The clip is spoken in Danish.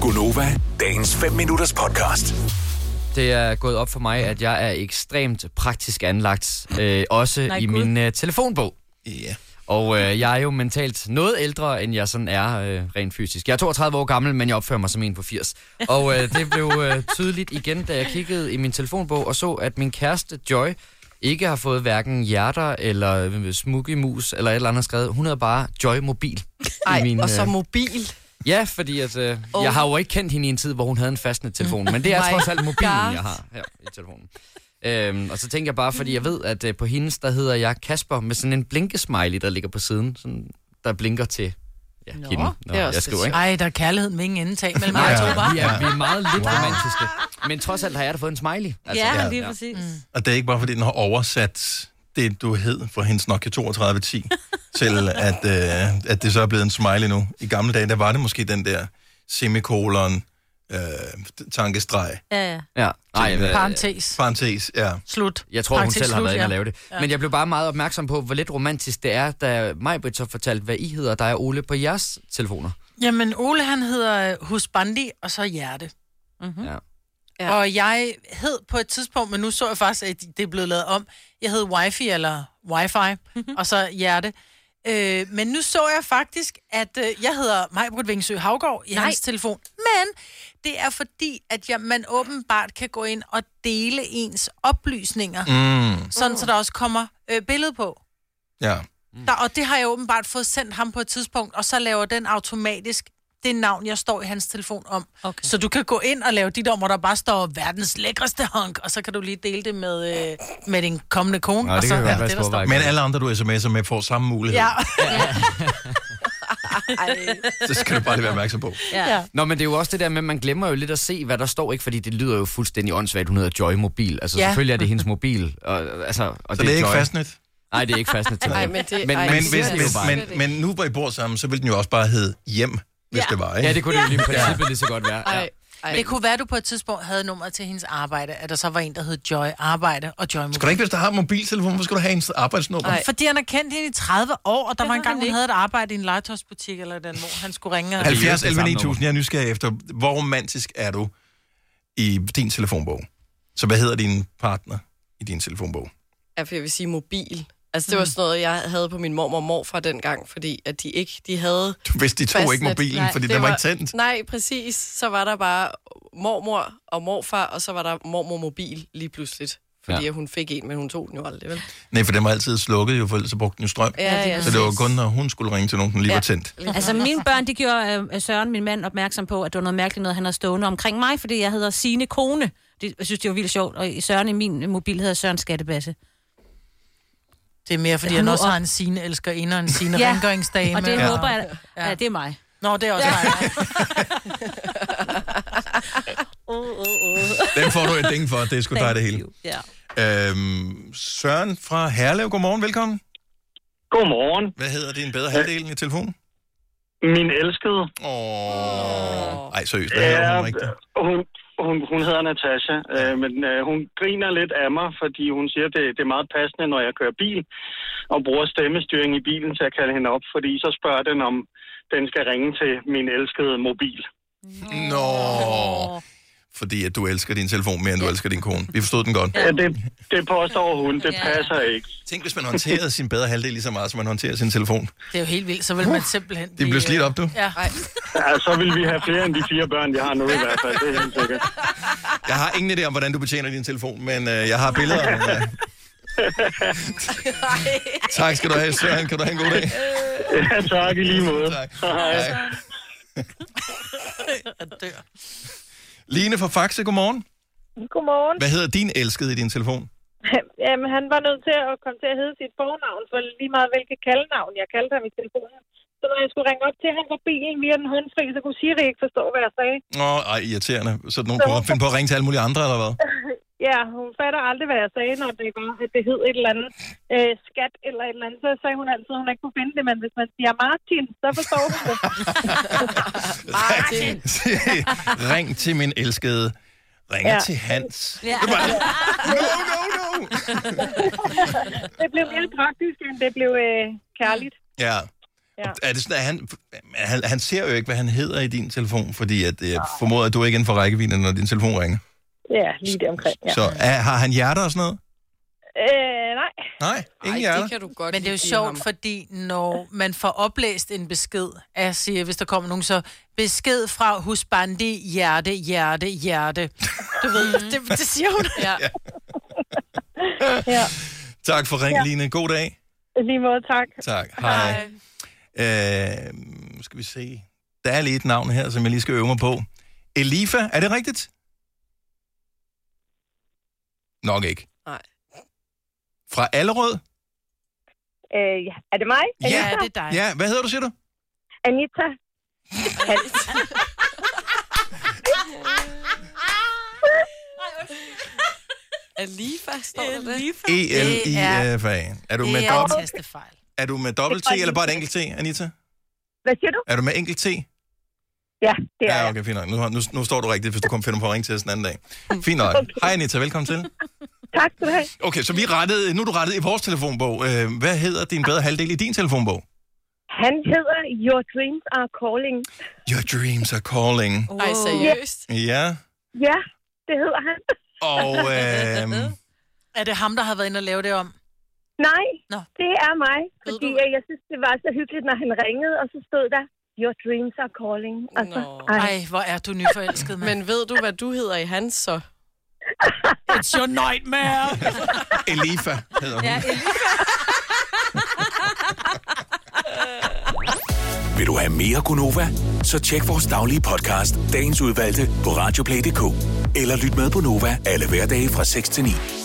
Gunova, dagens 5 minutters podcast. Det er gået op for mig, at jeg er ekstremt praktisk anlagt, øh, også Nej, i Gud. min øh, telefonbog. Ja. Og øh, jeg er jo mentalt noget ældre, end jeg sådan er øh, rent fysisk. Jeg er 32 år gammel, men jeg opfører mig som en på 80. Og øh, det blev øh, tydeligt igen, da jeg kiggede i min telefonbog og så, at min kæreste Joy ikke har fået hverken hjerter eller øh, smukke mus eller et eller andet skrevet. Hun hedder bare Joy Mobil. Ej, i min, og så øh, mobil. Ja, fordi at, øh, oh. Oh. jeg har jo ikke kendt hende i en tid, hvor hun havde en fastnet telefon, men det er Mm. My trods alt mobilen, God. jeg har her i telefonen. Øhm, og så tænker jeg bare, fordi jeg ved, at øh, på hendes, der hedder jeg Kasper, med sådan en blinkesmiley, der ligger på siden, sådan, der blinker til ja, Nå, hende, når det er jeg også skriver, lidt ikke? Ej, der er kærlighed med ingen indtag mellem Nej, jer to, ja, hva'? vi, er, vi er meget lidt romantiske. Men trods alt har jeg da fået en smiley. Altså, Ja, lige præcis. Og det er ikke bare, fordi den har oversat det, du hed fra hendes Nokia 3210, til at, øh, at det så er blevet en smiley nu. I gamle dage, der var det måske den der semikolon, øh, tankestreg, Ja, ja. Ja. Nej, øh, Parentes. parentes, ja. Slut. Jeg tror, hun Parentes selv har slut, været inde ja. og lave det. Men jeg blev bare meget opmærksom på, hvor lidt romantisk det er, da Majbrit så fortalte, hvad I hedder, der er Ole på jeres telefoner. Jamen, Ole han hedder øh, Husbandi, og så Hjerte. Mhm. Ja. Ja. Ja. Og jeg hed på et tidspunkt, men nu så jeg faktisk, at det er blevet lavet om. Jeg hed Wifi eller Wifi, og så Hjerte. Øh, men nu så jeg faktisk, at øh, jeg hedder Majbrud Vingsø Havgård i Nej. hans telefon. Men det er fordi, at jeg, man åbenbart kan gå ind og dele ens oplysninger, Mm, sådan så der også kommer øh, billede på. ja. Mm. Der, og det har jeg åbenbart fået sendt ham på et tidspunkt, og så laver den automatisk det navn, jeg står i hans telefon om. Okay. Så du kan gå ind og lave dit om, hvor der bare står verdens lækreste honk, og så kan du lige dele det med, øh, med din kommende Nå, kone. det og så kan jeg er godt være sporvej. Men alle andre, du sms'er med, får samme mulighed. Ja, Ja. Så skal du bare lige være opmærksom på. ja. Nå, men det er jo også det der med, at man glemmer jo lidt at se, hvad der står, ikke? Fordi det lyder jo fuldstændig åndssvagt, hun hedder Joy Mobil. Altså, ja. Ja. selvfølgelig er det hendes mobil. Og, altså, og Så det er ikke Joy. fastnet. Nej, det er ikke fastnet til. Ej, men det- men, ej, men, Men, hvis, det hvis, er hvis, jo bare- men, men, men nu hvor I bor sammen, så ville den jo også bare hedde hjem, hvis Ja. det var, ikke? Ja, det kunne det jo lige i princippet lige så godt være. Ja. Ej, ej. det kunne være, du på et tidspunkt havde nummeret til hendes arbejde, at der så var en, der hed Joy Arbejde og Joy Skulle Mobil. du ikke, hvis du har en mobiltelefon, hvor skulle du have en arbejdsnummer? Ej. Fordi han har kendt hende i 30 år, og der var har en gang, han hun ikke. havde et arbejde i en legetøjsbutik eller den, hvor han skulle ringe. og- Altså, 70 Det er jo det 11 samme 9000, jeg er nysgerrig efter, hvor romantisk er du i din telefonbog? Så hvad hedder din partner i din telefonbog? Ja, for jeg vil sige mobil. Altså, det Mm. var sådan noget, jeg havde på min mormor og mor fra dengang, fordi at de ikke, de havde... Du vidste, de tog fastnet. ikke mobilen, Nej, fordi det den var ikke tændt. Nej, præcis. Så var der bare mormor og morfar, og så var der mormor mobil lige pludseligt. Fordi Ja. ja. hun fik en, men hun tog den jo aldrig, vel? Nej, for den var altid slukket, jo, for ellers så brugte den jo strøm. Ja, ja. Så det var kun, når hun skulle ringe til nogen, den lige var tændt. Altså, mine børn, de gjorde øh, Søren, min mand, opmærksom på, at det var noget mærkeligt noget, han havde stående omkring mig, fordi jeg hedder Sine Kone. Det, jeg synes, det var vildt sjovt. Og Søren i min mobil hedder Søren Skattebasse. Det er mere, fordi Hold han nu også op. har en sine elskerinder, en sine Ja. ja. rengøringsdame. Og det og- håber jeg... Ja. ja, det er mig. Nå, det er også mig. Den får du et ding for, det er sgu dig det hele. Ja. Øhm, Søren fra Herlev, godmorgen, velkommen. Godmorgen. Hvad hedder din bedre halvdel i telefonen? Min elskede. Åh, ej, seriøst, hvad hedder hun rigtigt? hun, hun, hun hedder Natasha, øh, men øh, hun griner lidt af mig, fordi hun siger, at det, det er meget passende, når jeg kører bil og bruger stemmestyring i bilen til at kalde hende op, fordi så spørger den, om den skal ringe til min elskede mobil. Nå, fordi at du elsker din telefon mere, end du elsker din kone. Vi forstod den godt. Ja, det, det påstår hun. Det Ja. passer ikke. Tænk, hvis man håndterede sin bedre halvdel lige så meget, som man håndterer sin telefon. Det er jo helt vildt, så vil man simpelthen... Uh, øh, Det bliver slidt op, du. Ja. Ja, så vil vi have flere end de fire børn, jeg har nu i hvert fald. Det er helt sikkert. Jeg har ingen idé om, hvordan du betjener din telefon, men øh, jeg har billeder. af det. tak skal du have, Søren. Kan du have en god dag? Ja, tak i lige måde. Tak. Hej. Line fra Faxe, godmorgen. Godmorgen. Hvad hedder din elskede i din telefon? Jamen, han var nødt til at komme til at hedde sit fornavn, for lige meget hvilket kaldnavn jeg kaldte ham i telefonen. Så når jeg skulle ringe op til ham på bilen via den håndfri, så kunne Siri ikke forstå, hvad jeg sagde. Åh, ej, irriterende. Så nogen kunne finde på at ringe til alle mulige andre, eller hvad? Ja, hun fatter aldrig, hvad jeg sagde, når det var, at det hed et eller andet øh, skat eller et eller andet. Så sagde hun altid, at hun ikke kunne finde det, men hvis man siger Martin, så forstår hun det. Martin. Ring til min elskede. Ring ja. Ja. til Hans. Ja. Det var... No, no, no! Det blev mere praktisk, end det blev øh, kærligt. Ja. Ja. Er det sådan, at han, han, han ser jo ikke, hvad han hedder i din telefon, fordi at, øh, jeg formoder, at du er ikke inden for rækkevidde, når din telefon ringer. Ja, lige det omkring, ja. Ja. Så er, har han hjerter og sådan noget? Øh, nej. Nej, ingen Ej, Ej, hjerter. det kan du godt Men det er jo lide sjovt, ham. fordi når man får oplæst en besked, af siger, hvis der kommer nogen, så besked fra Husbandi, hjerte, hjerte, hjerte. Du ved, Mhm. det, det siger hun. Ja. Ja. Tak for ringen, ja. Line. God dag. I Lige måde, tak. Tak. Hej. Hej. Øh, skal vi se. Der er lige et navn her, som jeg lige skal øve mig på. Elifa, er det rigtigt? Nok ikke. Nej. Fra Allerød? Øh, ja. Er det mig? Ja. Ja, det er dig. Ja, hvad hedder du, siger du? Anita? Alifa står der det. E E-L-I-F-A. Er du E med, dobbelt, tastefejl. er du med dobbelt T, Det er eller bare et enkelt T, Anita? Hvad siger du? Er du med enkelt T? Ja, det er Ja, jeg. okay, fint nok. Nu, har- nu, nu står du rigtigt, hvis du kommer finder på at ringe til os den anden dag. Fint nok. Hej Anita, velkommen til. Tak skal du have. Okay, så vi rettede, nu er du rettet i vores telefonbog. Øh, Hvad hedder din bedre halvdel i din telefonbog? Han hedder Your Dreams Are Calling. Your dreams are calling. Ej, seriøst? Ja, Ja, det hedder han. og øh, Er det ham, der har været inde og lave det om? Nej, Nå. det er mig. Ved Fordi du- øh, jeg synes, det var så hyggeligt, når han ringede, og så stod der, Your dreams are calling. Og så, Nå. ej, Ej, hvor er du nyforelsket, mand. Men ved du, hvad du hedder i hans så? It's your nightmare. Elifa hedder hun. Vil du have mere Gunova? Så tjek vores daglige podcast, dagens udvalgte, på radioplay.dk. Eller lyt med på Nova alle hverdage fra 6 til 9.